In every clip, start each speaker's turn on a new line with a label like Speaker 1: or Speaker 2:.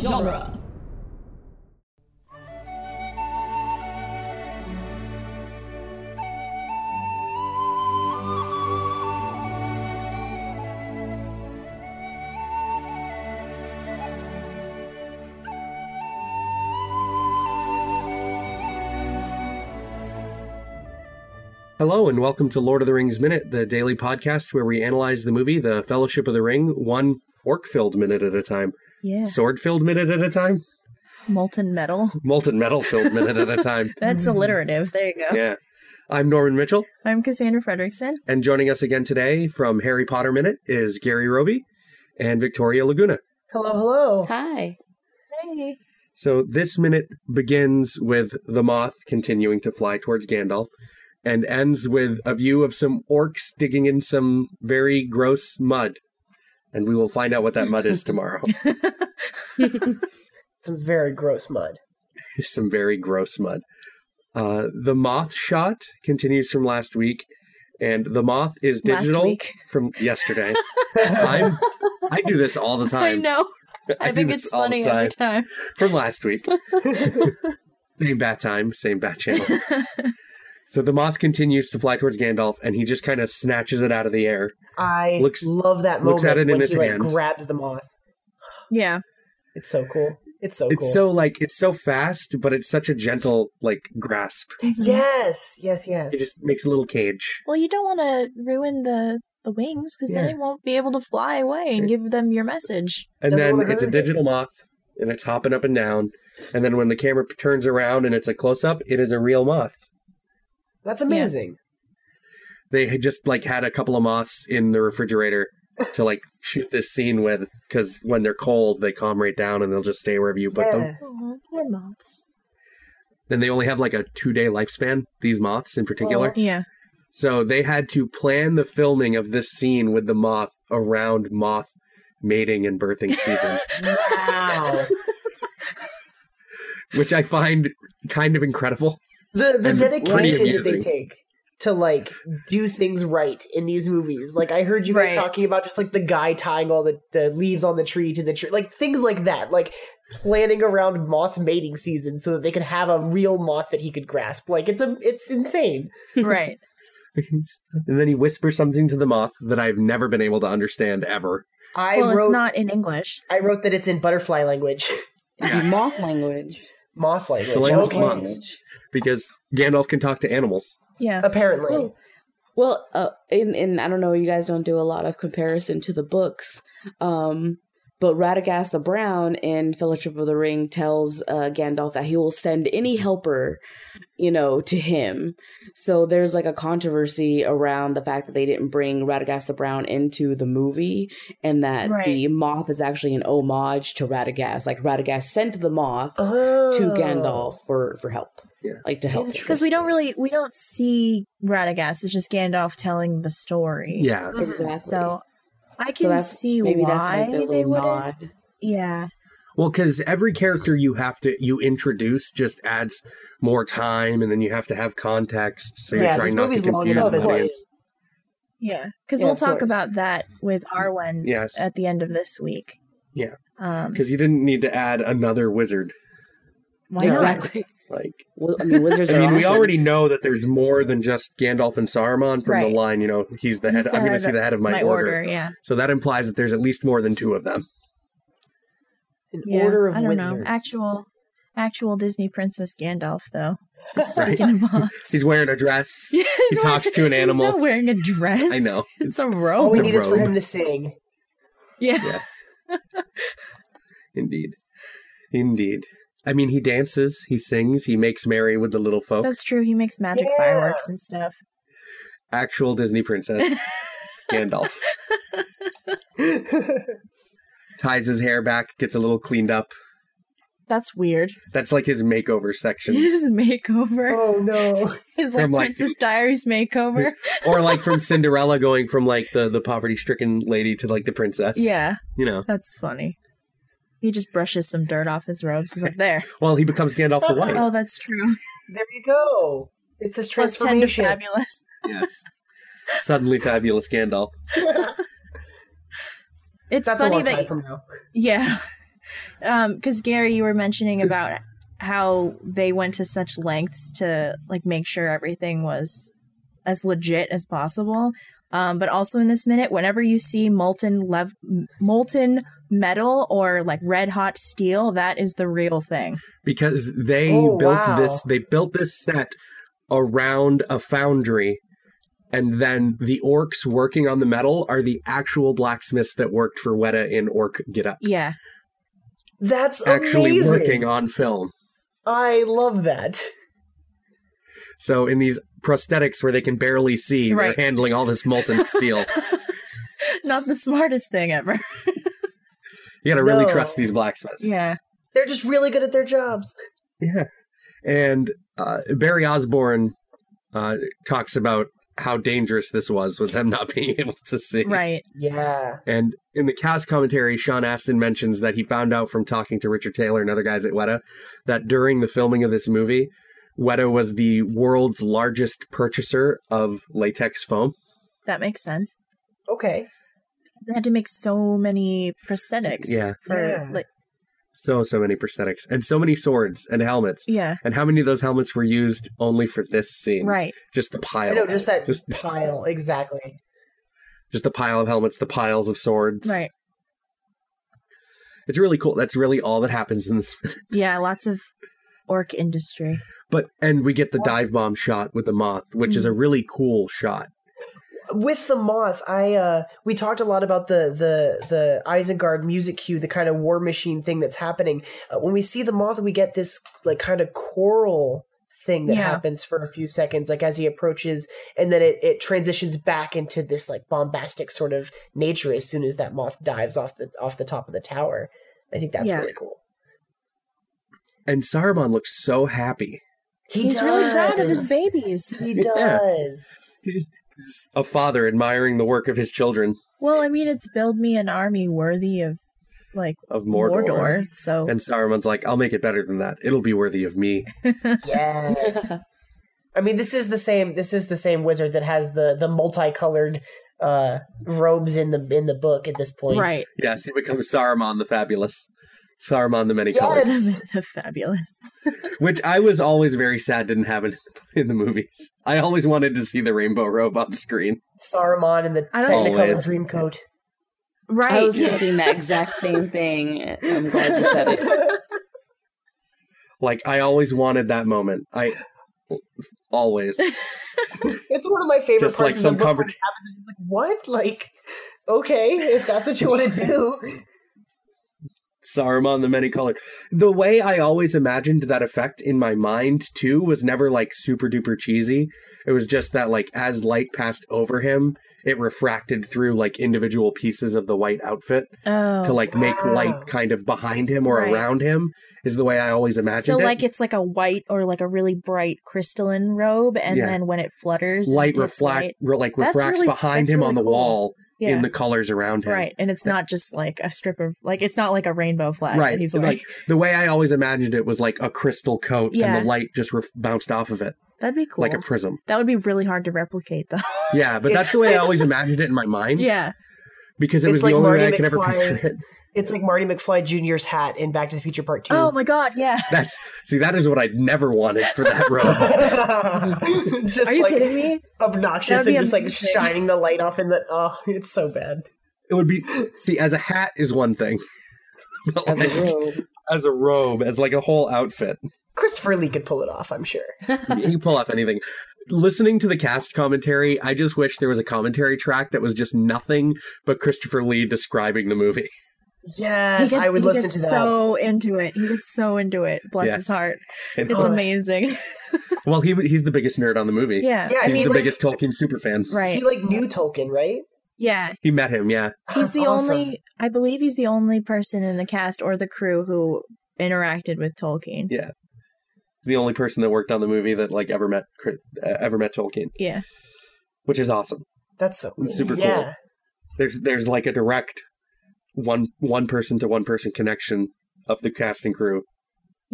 Speaker 1: genre.
Speaker 2: Hello, and welcome to Lord of the Rings Minute, the daily podcast where we analyze the movie The Fellowship of the Ring, one orc filled minute at a time,
Speaker 3: Yeah.
Speaker 2: sword filled minute at a time,
Speaker 3: Molten metal.
Speaker 2: molten metal filled minute at a time.
Speaker 3: That's alliterative. There you go.
Speaker 2: Mm. Yeah. I'm Norman Mitchell,
Speaker 3: I'm Cassandra Fredrickson.
Speaker 2: and joining us again today from Harry Potter Minute is Gary Roby and Victoria Laguna.
Speaker 4: Hello, hello.
Speaker 1: Hi.
Speaker 3: Hey.
Speaker 2: So this minute begins with the moth continuing to fly towards Gandalf and ends with a view of some orcs digging in some very gross mud. And we will find out what that mud is tomorrow.
Speaker 4: Some very gross mud.
Speaker 2: some very gross mud. Uh, the moth shot continues from last week, and the moth is
Speaker 3: Last
Speaker 2: digital
Speaker 3: week.
Speaker 2: from yesterday. I'm, I do this all the
Speaker 3: I
Speaker 2: time.
Speaker 3: know. I,
Speaker 2: do
Speaker 3: think
Speaker 2: this
Speaker 3: it's
Speaker 2: all the
Speaker 3: funny
Speaker 2: time.
Speaker 3: every time.
Speaker 2: from last week. same bat time, same bat channel. so the moth continues to fly towards Gandalf, and he just kind of snatches it out of the air.
Speaker 4: I
Speaker 2: Looks-
Speaker 4: love that moment
Speaker 2: looks at it in
Speaker 4: when
Speaker 2: his
Speaker 4: he like
Speaker 2: hand.
Speaker 4: grabs the moth.
Speaker 3: Yeah.
Speaker 4: It's so cool. It's so
Speaker 2: It's
Speaker 4: Oh, cool.
Speaker 2: so like it's so fast, but it's such a gentle like grasp.
Speaker 3: Mhm.
Speaker 4: yes, yes, yes.
Speaker 2: It just makes a little cage.
Speaker 3: Well, you don't want to ruin the the wings because then
Speaker 2: Yeah.
Speaker 3: it won't be able to fly away and give them your message.
Speaker 2: And
Speaker 4: Doesn't
Speaker 2: then
Speaker 4: wanna
Speaker 2: it's a
Speaker 4: hurt it.
Speaker 2: digital moth, and it's hopping up and down. And then when the camera p- turns around and it's a close up, it is a real moth.
Speaker 4: That's amazing.
Speaker 2: They had just like had a couple of moths in the refrigerator to like shoot this scene with because when they're cold, they calm right down and they'll just stay wherever you put them.
Speaker 4: Yeah.
Speaker 3: Oh, poor moths.
Speaker 2: then they only have like a two day lifespan, these moths in particular.
Speaker 4: Oh.
Speaker 3: Yeah.
Speaker 2: So they had to plan the filming of this scene with the moth around moth mating and birthing season,
Speaker 4: Wow.
Speaker 2: which I find kind of incredible.
Speaker 4: the the
Speaker 2: And pretty
Speaker 4: dedication that they
Speaker 2: amusing.
Speaker 4: take to like do things right in these movies. Like I heard you guys
Speaker 3: Right.
Speaker 4: talking about just like the guy tying all the, the leaves on the tree to the tree. Like things like that. Like planning around moth mating season so that they could have a real moth that he could grasp. Like it's a it's insane.
Speaker 3: Right.
Speaker 2: And then he whispers something to the moth that I've never been able to understand ever.
Speaker 4: I
Speaker 3: well, it's
Speaker 4: wrote
Speaker 3: not in English.
Speaker 4: I wrote that it's in butterfly language.
Speaker 1: Moth language.
Speaker 4: Moth language.
Speaker 2: The language of
Speaker 4: okay.
Speaker 2: moths. because Gandalf can talk to animals.
Speaker 3: Yeah.
Speaker 4: Apparently.
Speaker 1: Well, well uh, and, and I don't know, you guys don't do a lot of comparison to the books, um, but Radagast the Brown in Fellowship of the Ring tells uh, Gandalf that he will send any helper, you know, to him. So there's like a controversy around the fact that they didn't bring Radagast the Brown into the movie and that the
Speaker 3: Right.
Speaker 1: moth is actually an homage to Radagast. Like Radagast sent the moth
Speaker 4: oh.
Speaker 1: to Gandalf for, for help.
Speaker 2: Yeah.
Speaker 1: Like to help.
Speaker 3: Because we don't really we don't see Radagast. It's just Gandalf telling the story.
Speaker 2: Yeah.
Speaker 1: Exactly.
Speaker 3: Mm-hmm. So I can
Speaker 1: that's-
Speaker 3: see
Speaker 1: maybe
Speaker 3: why
Speaker 1: that's like their
Speaker 3: they
Speaker 1: little
Speaker 3: would.
Speaker 1: nod.
Speaker 3: Yeah.
Speaker 2: Well, because every character you have to you introduce just adds more time, and then you have to have context. So you're
Speaker 4: Yeah,
Speaker 2: trying
Speaker 4: this
Speaker 2: not to
Speaker 4: movie's long
Speaker 2: confuse
Speaker 4: enough,
Speaker 2: the
Speaker 4: isn't it?
Speaker 2: audience.
Speaker 3: Yeah, because
Speaker 1: Yeah,
Speaker 3: we'll
Speaker 1: of
Speaker 3: talk
Speaker 1: course.
Speaker 3: about that with Arwen
Speaker 2: Yes,
Speaker 3: at the end of this week.
Speaker 2: Yeah.
Speaker 3: Um,
Speaker 2: because you didn't need to add another wizard.
Speaker 3: why
Speaker 4: Yeah.
Speaker 3: not?
Speaker 1: Exactly.
Speaker 2: Like
Speaker 1: Well, I mean, wizards.
Speaker 2: I mean,
Speaker 1: are
Speaker 2: we
Speaker 1: awesome.
Speaker 2: already know that there's more than just Gandalf and Saruman from
Speaker 3: Right.
Speaker 2: the line, you know, he's the
Speaker 3: He's
Speaker 2: head,
Speaker 3: the
Speaker 2: I'm going to
Speaker 3: head
Speaker 2: see the head of my,
Speaker 3: My,
Speaker 2: order.
Speaker 3: order. yeah.
Speaker 2: So that implies that there's at least more than two of them.
Speaker 4: An
Speaker 3: yeah.
Speaker 4: order of
Speaker 3: I don't
Speaker 4: wizards.
Speaker 3: know. Actual, actual Disney princess Gandalf though.
Speaker 2: Right.
Speaker 3: Speaking of moths,
Speaker 2: He's wearing a dress.
Speaker 3: He's
Speaker 2: talks to an
Speaker 3: he's
Speaker 2: animal.
Speaker 3: not wearing a dress.
Speaker 2: I know.
Speaker 3: It's
Speaker 2: It's,
Speaker 3: a
Speaker 4: All
Speaker 3: robe.
Speaker 2: Oh, It's
Speaker 4: we
Speaker 2: a
Speaker 4: need is for
Speaker 2: robe.
Speaker 4: him to sing.
Speaker 3: yeah.
Speaker 2: yes. Indeed. Indeed. I mean, he dances, he sings, he makes merry with the little folk.
Speaker 3: That's true. He makes magic
Speaker 4: Yeah.
Speaker 3: fireworks and stuff.
Speaker 2: Actual Disney princess, Gandalf. Ties his hair back, gets a little cleaned up.
Speaker 3: That's weird.
Speaker 2: That's like his makeover section.
Speaker 3: His makeover,
Speaker 4: oh no.
Speaker 3: his like
Speaker 2: From, like-
Speaker 3: Princess Diaries makeover.
Speaker 2: or like from Cinderella going from like the, the poverty stricken lady to like the princess.
Speaker 3: yeah,
Speaker 2: You know.
Speaker 3: that's funny. He just brushes some dirt off his robes. He's like, there.
Speaker 2: Well, he becomes Gandalf the White.
Speaker 3: Oh, that's true.
Speaker 4: There you go. It's his
Speaker 3: Plus 10 to
Speaker 4: transformation.
Speaker 3: fabulous.
Speaker 2: yes. Suddenly fabulous Gandalf.
Speaker 3: It's
Speaker 4: That's a
Speaker 3: funny
Speaker 4: long
Speaker 3: that
Speaker 4: time from now.
Speaker 3: yeah, because Gary, you were mentioning about how they went to such lengths to like make sure everything was as legit as possible. Um, but also in this minute, whenever you see molten lev- m- molten metal or like red hot steel, that is the real thing.
Speaker 2: because they
Speaker 4: Oh,
Speaker 2: built
Speaker 4: wow.
Speaker 2: this they built this set around a foundry and then the orcs working on the metal are the actual blacksmiths that worked for Weta in Orc Get Up.
Speaker 3: Yeah,
Speaker 4: That's
Speaker 2: Actually
Speaker 4: amazing.
Speaker 2: working on film.
Speaker 4: I love that.
Speaker 2: So in these prosthetics where they can barely see,
Speaker 3: Right.
Speaker 2: they're handling all this molten steel.
Speaker 3: not the smartest thing ever.
Speaker 2: You gotta really
Speaker 4: No.
Speaker 2: trust these blacksmiths.
Speaker 3: yeah,
Speaker 4: They're just really good at their jobs.
Speaker 2: Yeah. And uh, Barry Osborne uh, talks about how dangerous this was with them not being able to see.
Speaker 3: right.
Speaker 4: Yeah.
Speaker 2: And in the cast commentary, Sean Astin mentions that he found out from talking to Richard Taylor and other guys at Weta that during the filming of this movie, Weta was the world's largest purchaser of latex foam.
Speaker 3: That makes sense.
Speaker 4: Okay.
Speaker 3: They had to make so many prosthetics.
Speaker 2: Yeah.
Speaker 3: For,
Speaker 4: Yeah.
Speaker 3: Like,
Speaker 2: So, so many prosthetics and so many swords and helmets.
Speaker 3: yeah.
Speaker 2: And how many of those helmets were used only for this scene?
Speaker 3: Right.
Speaker 2: Just the pile.
Speaker 4: I know, just that
Speaker 2: Just,
Speaker 4: pile. Exactly.
Speaker 2: just the pile of helmets, the piles of swords.
Speaker 3: Right.
Speaker 2: It's really cool. That's really all that happens in this.
Speaker 3: Yeah. Lots of orc industry.
Speaker 2: But and we get the dive bomb shot with the moth, which is a really cool shot.
Speaker 4: With the moth, I uh we talked a lot about the the the Isengard music cue, the kind of war machine thing that's happening. Uh, when we see the moth, we get this like kind of choral thing that
Speaker 3: Yeah.
Speaker 4: happens for a few seconds like as he approaches and then it, it transitions back into this like bombastic sort of nature as soon as that moth dives off the off the top of the tower i think that's
Speaker 3: Yeah.
Speaker 4: really cool
Speaker 2: And Saruman looks so happy.
Speaker 4: he
Speaker 3: He's really proud of his
Speaker 4: does.
Speaker 3: babies.
Speaker 4: he
Speaker 2: Yeah.
Speaker 4: does
Speaker 2: He's just- he's a father admiring the work of his children
Speaker 3: Well, I mean, it's build me an army worthy of like
Speaker 2: of Mordor.
Speaker 3: Mordor. So
Speaker 2: And Saruman's like, I'll make it better than that. It'll be worthy of me.
Speaker 4: Yes. I mean, this is the same. This is the same wizard that has the the multicolored uh, robes in the in the book at this point.
Speaker 3: right,
Speaker 2: Yes, he becomes Saruman the Fabulous. Saruman the Many
Speaker 4: Yes.
Speaker 2: Colored.
Speaker 3: fabulous.
Speaker 2: Which I was always very sad didn't happen in the movies. I always wanted to see the rainbow robe on screen.
Speaker 4: Saruman in the
Speaker 3: I don't-
Speaker 4: Technicolor
Speaker 2: Always.
Speaker 4: Dreamcoat.
Speaker 3: Right.
Speaker 1: I was thinking that exact same thing. I'm glad you said it.
Speaker 2: Like, I always wanted that moment. I always.
Speaker 4: It's one of my favorite
Speaker 2: Just
Speaker 4: parts
Speaker 2: like
Speaker 4: of
Speaker 2: some
Speaker 4: the book.
Speaker 2: conversation.
Speaker 4: Like, what? Like, okay, if that's what you want to do.
Speaker 2: Saruman the many colored. The way I always imagined that effect in my mind too was never like super duper cheesy. It was just that like as light passed over him, it refracted through like individual pieces of the white outfit
Speaker 3: oh.
Speaker 2: to like make
Speaker 4: wow.
Speaker 2: light kind of behind him or
Speaker 3: Right.
Speaker 2: around him is the way I always imagined
Speaker 3: so
Speaker 2: it.
Speaker 3: like it's like a white or like a really bright crystalline robe, and
Speaker 2: Yeah.
Speaker 3: then when it flutters, it
Speaker 2: light
Speaker 3: gets
Speaker 2: reflect
Speaker 3: light.
Speaker 2: re- like
Speaker 3: That's
Speaker 2: refracts
Speaker 3: really-
Speaker 2: behind
Speaker 3: that's
Speaker 2: him
Speaker 3: really
Speaker 2: on the
Speaker 3: cool.
Speaker 2: wall
Speaker 3: Yeah.
Speaker 2: in the colors around him.
Speaker 3: Right, and it's not just like a strip of like it's not like a rainbow flag
Speaker 2: Right,
Speaker 3: that he's
Speaker 2: and,
Speaker 3: wearing.
Speaker 2: like the way I always imagined it was like a crystal coat,
Speaker 3: Yeah.
Speaker 2: and the light just ref- bounced off of it
Speaker 3: That'd be cool.
Speaker 2: like a prism.
Speaker 3: that would be really hard to replicate, though.
Speaker 2: Yeah, but that's the way I always imagined it in my mind.
Speaker 3: yeah,
Speaker 2: Because it
Speaker 4: It's
Speaker 2: was
Speaker 4: like
Speaker 2: the only
Speaker 4: Marty
Speaker 2: way I could ever
Speaker 4: McFly.
Speaker 2: picture it.
Speaker 4: It's like Marty McFly Jr.'s hat in Back to the Future Part Two.
Speaker 3: Oh my god, yeah.
Speaker 2: That's see, that is what I never wanted for that robe.
Speaker 4: just
Speaker 3: Are you
Speaker 4: like
Speaker 3: kidding me?
Speaker 4: obnoxious
Speaker 3: That'd be
Speaker 4: and just like
Speaker 3: amazing.
Speaker 4: shining the light off in the. Oh, it's so bad.
Speaker 2: it would be see, as a hat is one thing. But like,
Speaker 1: As a rule.
Speaker 2: as a robe, as like a whole outfit.
Speaker 4: Christopher Lee could pull it off, I'm sure.
Speaker 2: You can pull off anything. Listening to the cast commentary, I just wish there was a commentary track that was just nothing but Christopher Lee describing the movie.
Speaker 3: He
Speaker 4: Yes,
Speaker 3: gets-
Speaker 4: I would
Speaker 3: he
Speaker 4: listen
Speaker 3: gets
Speaker 4: to that.
Speaker 3: So into it, he gets so into it. Bless
Speaker 2: Yes.
Speaker 3: his heart.
Speaker 2: And-
Speaker 3: It's
Speaker 4: Oh.
Speaker 3: amazing.
Speaker 2: well, he he's the biggest nerd on the movie.
Speaker 3: yeah.
Speaker 4: yeah, I
Speaker 2: he's
Speaker 4: mean,
Speaker 2: the
Speaker 4: like,
Speaker 2: biggest Tolkien superfan.
Speaker 3: Right.
Speaker 4: he like knew Tolkien, right? Ah,
Speaker 3: Yeah.
Speaker 2: He met him, yeah.
Speaker 3: He's the
Speaker 4: Awesome.
Speaker 3: only I believe he's the only person in the cast or the crew who interacted with Tolkien.
Speaker 2: Yeah. He's the only person that worked on the movie that like ever met Chri- uh, ever met Tolkien.
Speaker 3: Yeah.
Speaker 2: which is awesome.
Speaker 4: That's so cool.
Speaker 2: It's super cool.
Speaker 4: yeah.
Speaker 2: There's there's like a direct one one person to one person connection of the cast and crew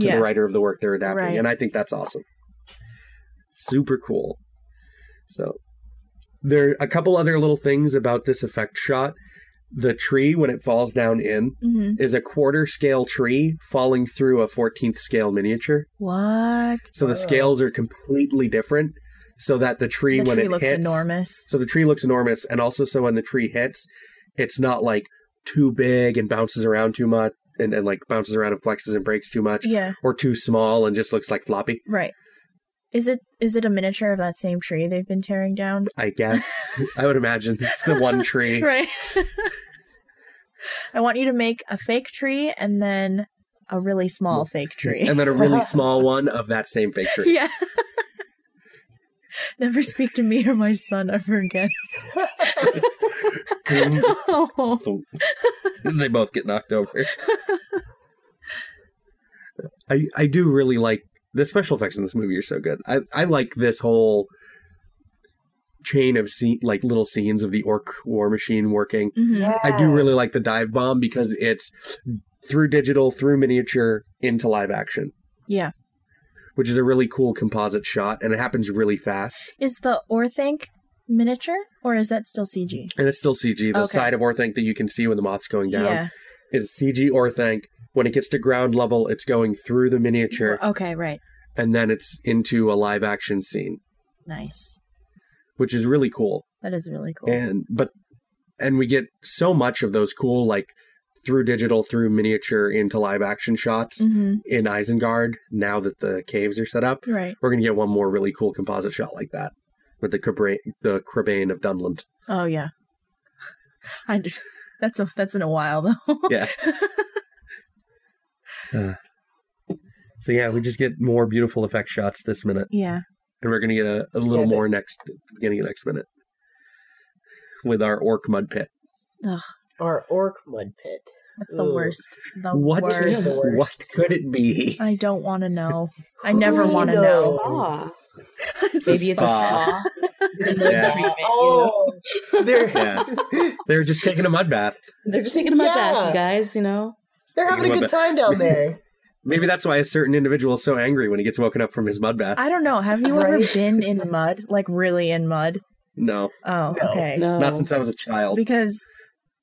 Speaker 2: to
Speaker 3: Yeah.
Speaker 2: the writer of the work they're adapting,
Speaker 3: Right.
Speaker 2: and I think that's awesome. Super cool. So there are a couple other little things about this effect shot. the tree when it falls down in
Speaker 3: hmm
Speaker 2: is a quarter scale tree falling through a 14th scale miniature.
Speaker 3: What?
Speaker 2: So
Speaker 4: Oh.
Speaker 2: the scales are completely different so that the tree
Speaker 3: The
Speaker 2: when
Speaker 3: tree
Speaker 2: it
Speaker 3: looks
Speaker 2: hits
Speaker 3: enormous.
Speaker 2: so the tree looks enormous and also so when the tree hits it's not like too big and bounces around too much and, and like bounces around and flexes and breaks too much
Speaker 3: Yeah.
Speaker 2: or too small and just looks like floppy.
Speaker 3: Right. Is it is it a miniature of that same tree they've been tearing down?
Speaker 2: I guess I would imagine it's the one tree.
Speaker 3: Right. I want you to make a fake tree and then a really small fake tree.
Speaker 2: And then a really small one of that same fake tree.
Speaker 3: Yeah. Never speak to me or my son ever again. oh.
Speaker 2: they both get knocked over. I I do really like the special effects in this movie are so good. I I like this whole chain of scene like little scenes of the orc war machine working.
Speaker 3: Mhm.
Speaker 2: I do really like the dive bomb because it's through digital, through miniature, into live action,
Speaker 3: Yeah.
Speaker 2: which is a really cool composite shot, and it happens really fast.
Speaker 3: Is the Orthanc miniature or is that still CG?
Speaker 2: And it's still CG. The
Speaker 3: Okay.
Speaker 2: side of Orthanc that you can see when the moth's going down
Speaker 3: Yeah.
Speaker 2: is CG Orthanc. When it gets to ground level, it's going through the miniature,
Speaker 3: Okay, right.
Speaker 2: and then it's into a live action scene,
Speaker 3: Nice.
Speaker 2: which is really cool.
Speaker 3: That is really cool.
Speaker 2: and but and we get so much of those cool like through digital through miniature into live action shots
Speaker 3: hmm
Speaker 2: in isengard now that the caves are set up
Speaker 3: Right.
Speaker 2: we're gonna get one more really cool composite shot like that with the Crabane, the Crabane of Dunland.
Speaker 3: Oh yeah. I d- that's a, that's in a while though.
Speaker 2: Yeah. So yeah, we just get more beautiful effect shots this minute,
Speaker 3: yeah.
Speaker 2: and we're gonna get a, a little
Speaker 4: Yeah,
Speaker 2: more next beginning of next minute with our orc mud pit.
Speaker 4: Our orc mud pit.
Speaker 3: That's the
Speaker 4: Ooh.
Speaker 3: worst. The
Speaker 2: What
Speaker 4: is
Speaker 3: worst.
Speaker 4: the worst.
Speaker 2: what could it be?
Speaker 3: I don't want to know. I
Speaker 4: Who
Speaker 3: never wanna
Speaker 4: knows?
Speaker 3: know.
Speaker 2: a
Speaker 1: Maybe it's a
Speaker 2: spa.
Speaker 1: spa.
Speaker 2: Yeah.
Speaker 1: Treatment, you know?
Speaker 4: Oh, they're
Speaker 2: Yeah. They're just taking a mud bath.
Speaker 1: They're just taking a mud bath,
Speaker 4: Yeah.
Speaker 1: you guys, you know?
Speaker 4: they're having a good time down there.
Speaker 2: Maybe that's why a certain individual is so angry when he gets woken up from his mud bath.
Speaker 3: I don't know. Have you ever
Speaker 4: Right.
Speaker 3: been in mud? Like really in mud?
Speaker 2: no,
Speaker 3: Oh,
Speaker 4: No.
Speaker 3: okay.
Speaker 1: No.
Speaker 2: not since I was a child.
Speaker 3: Because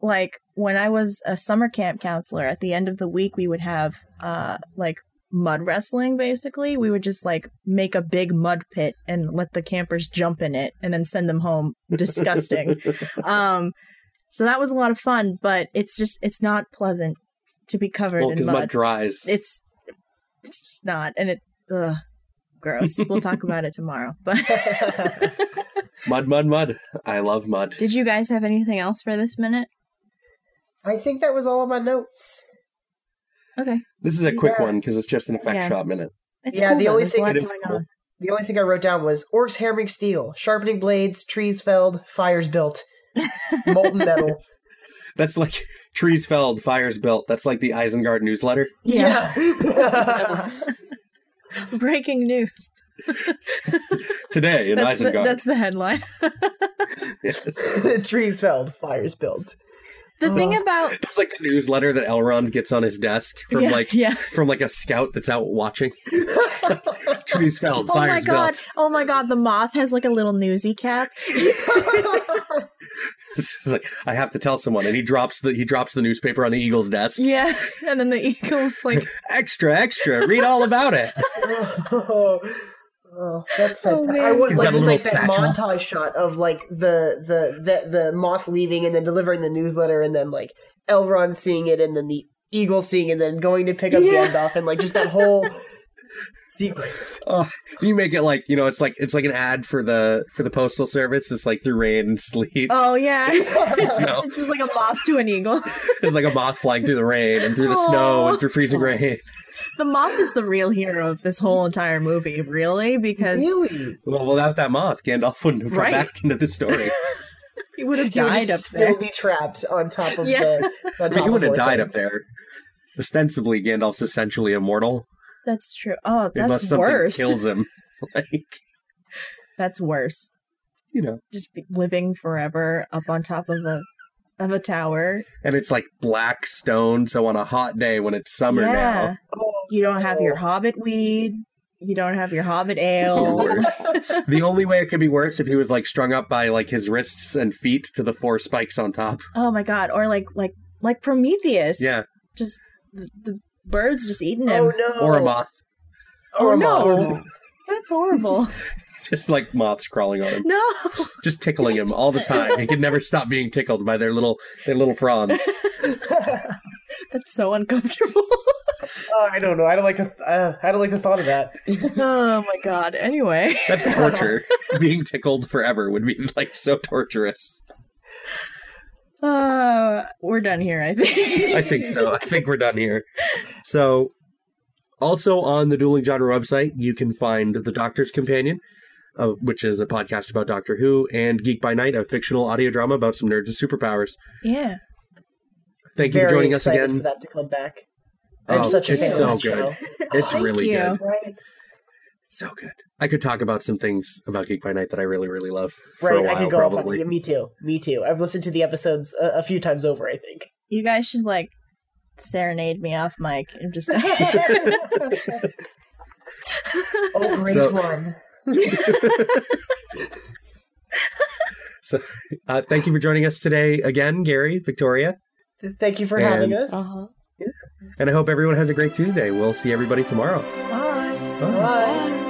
Speaker 3: like when I was a summer camp counselor, at the end of the week we would have uh like mud wrestling basically. We would just like make a big mud pit and let the campers jump in it and then send them home disgusting. um so that was a lot of fun, but it's just it's not pleasant to be covered
Speaker 2: Well,
Speaker 3: in
Speaker 2: because
Speaker 3: mud.
Speaker 2: mud dries.
Speaker 3: it's it's just not and it ugh, gross we'll talk about it tomorrow but
Speaker 2: mud, mud, mud. I love mud.
Speaker 3: did you guys have anything else for this minute
Speaker 4: I think that was all of my notes.
Speaker 3: okay
Speaker 2: This is a quick
Speaker 4: Yeah.
Speaker 2: one because it's just an effect
Speaker 3: Yeah.
Speaker 2: shot minute.
Speaker 3: it's
Speaker 4: Yeah,
Speaker 3: cool,
Speaker 4: the
Speaker 3: though.
Speaker 4: only
Speaker 3: There's
Speaker 4: thing-
Speaker 3: lots
Speaker 2: It is
Speaker 3: going
Speaker 2: cool.
Speaker 3: on.
Speaker 4: The only thing I wrote down was orcs hammering steel, sharpening blades, trees felled, fires built, molten metal.
Speaker 2: That's like trees felled, fires built. That's like the Isengard newsletter.
Speaker 3: yeah,
Speaker 4: Yeah.
Speaker 3: breaking news
Speaker 2: Today in
Speaker 3: that's the,
Speaker 2: Isengard.
Speaker 3: that's the headline
Speaker 2: Yes.
Speaker 4: trees felled, fires built.
Speaker 3: the thing
Speaker 4: Oh.
Speaker 3: about
Speaker 2: That's like the newsletter that Elrond gets on his desk from
Speaker 3: yeah,
Speaker 2: like
Speaker 3: yeah
Speaker 2: from like a scout that's out watching. trees felled,
Speaker 3: oh my
Speaker 2: fires
Speaker 3: god
Speaker 2: built.
Speaker 3: oh my god the moth has like a little newsy cap
Speaker 2: It's like I have to tell someone, and he drops the he drops the newspaper on the eagle's desk.
Speaker 3: yeah and then the eagles like
Speaker 2: Extra, extra. Read all about it.
Speaker 4: oh, oh,
Speaker 3: Oh,
Speaker 4: that's fantastic!
Speaker 3: man.
Speaker 4: I would
Speaker 2: You've
Speaker 4: like,
Speaker 2: got a
Speaker 4: like
Speaker 2: little
Speaker 4: that
Speaker 2: satchel.
Speaker 4: montage shot of like the, the the the moth leaving and then delivering the newsletter and then like Elrond seeing it and then the eagle seeing it and then going to pick up
Speaker 3: Yeah.
Speaker 4: Gandalf and like just that whole sequence.
Speaker 2: Oh, you make it like you know, it's like it's like an ad for the for the postal service. It's like through rain and sleet.
Speaker 3: oh yeah
Speaker 2: Snow.
Speaker 3: it's just like a moth to an eagle
Speaker 2: It's like a moth flying through the rain and through the snow
Speaker 3: Aw.
Speaker 2: and through freezing rain.
Speaker 3: The moth is the real hero of this whole entire movie, really, because
Speaker 4: Really,
Speaker 2: Well, without that moth, Gandalf wouldn't have come
Speaker 3: Right.
Speaker 2: back into the story.
Speaker 3: he would have
Speaker 4: he would
Speaker 3: died up
Speaker 4: just still
Speaker 3: there.
Speaker 4: be trapped on top of
Speaker 3: Yeah.
Speaker 4: the. On
Speaker 2: I mean,
Speaker 4: top
Speaker 2: he
Speaker 4: of
Speaker 2: would have died
Speaker 4: Orthanc.
Speaker 2: up there. Ostensibly, Gandalf's essentially immortal
Speaker 3: That's true. Oh,
Speaker 2: unless
Speaker 3: that's
Speaker 2: something
Speaker 3: worse.
Speaker 2: kills him. like
Speaker 3: That's worse.
Speaker 2: you know,
Speaker 3: Just be living forever up on top of a of a tower.
Speaker 2: and it's like black stone. So on a hot day when it's summer now,
Speaker 3: yeah,
Speaker 4: Oh,
Speaker 3: you don't have your hobbit weed. you don't have your Hobbit ale.
Speaker 2: Worse. the only way it could be worse if he was like strung up by like his wrists and feet to the four spikes on top.
Speaker 3: oh my god! Or like like like Prometheus.
Speaker 2: Yeah,
Speaker 3: Just the, the birds just eating him.
Speaker 4: Oh no!
Speaker 2: or a moth,
Speaker 3: Oh,
Speaker 4: Or a moth.
Speaker 3: no. That's horrible.
Speaker 2: just like moths crawling on him,
Speaker 3: no.
Speaker 2: just tickling him all the time. He could never stop being tickled by their little their little fronds.
Speaker 3: That's so uncomfortable.
Speaker 4: Oh, I don't know. I don't like the. Uh, I don't like the thought of that.
Speaker 3: oh my god. Anyway.
Speaker 2: That's torture. being tickled forever would be like so torturous.
Speaker 3: Uh, we're done here, I think.
Speaker 2: I think so. I think we're done here. So, also on the Dueling Genre website, you can find The Doctor's Companion, uh, which is a podcast about Doctor Who, and Geek by Night, a fictional audio drama about some nerds with superpowers.
Speaker 3: Yeah.
Speaker 2: Thank you for
Speaker 4: Very
Speaker 2: joining us
Speaker 4: excited
Speaker 2: again.
Speaker 4: For that to come back. I'm
Speaker 2: Oh,
Speaker 4: such a
Speaker 2: it's
Speaker 4: fan
Speaker 2: so
Speaker 4: of that
Speaker 2: good.
Speaker 4: show.
Speaker 2: It's
Speaker 3: Thank
Speaker 2: really
Speaker 3: you.
Speaker 2: good.
Speaker 4: Right,
Speaker 2: So good. I could talk about some things about Geek by Night that I really, really love for a
Speaker 4: right.
Speaker 2: while,
Speaker 4: I could go off. On,
Speaker 2: probably.
Speaker 4: yeah, me too. Me too. I've listened to the episodes a, a few times over. I think.
Speaker 3: You guys should like serenade me off mic and just
Speaker 4: Oh, great
Speaker 2: So-
Speaker 4: one.
Speaker 2: Uh, thank you for joining us today again, Gary, Victoria,
Speaker 4: Thank you for
Speaker 2: And-
Speaker 4: having us.
Speaker 3: uh-huh.
Speaker 2: and I hope everyone has a great Tuesday. We'll see everybody tomorrow.
Speaker 3: Bye.
Speaker 2: Bye.
Speaker 4: Bye.
Speaker 3: Bye.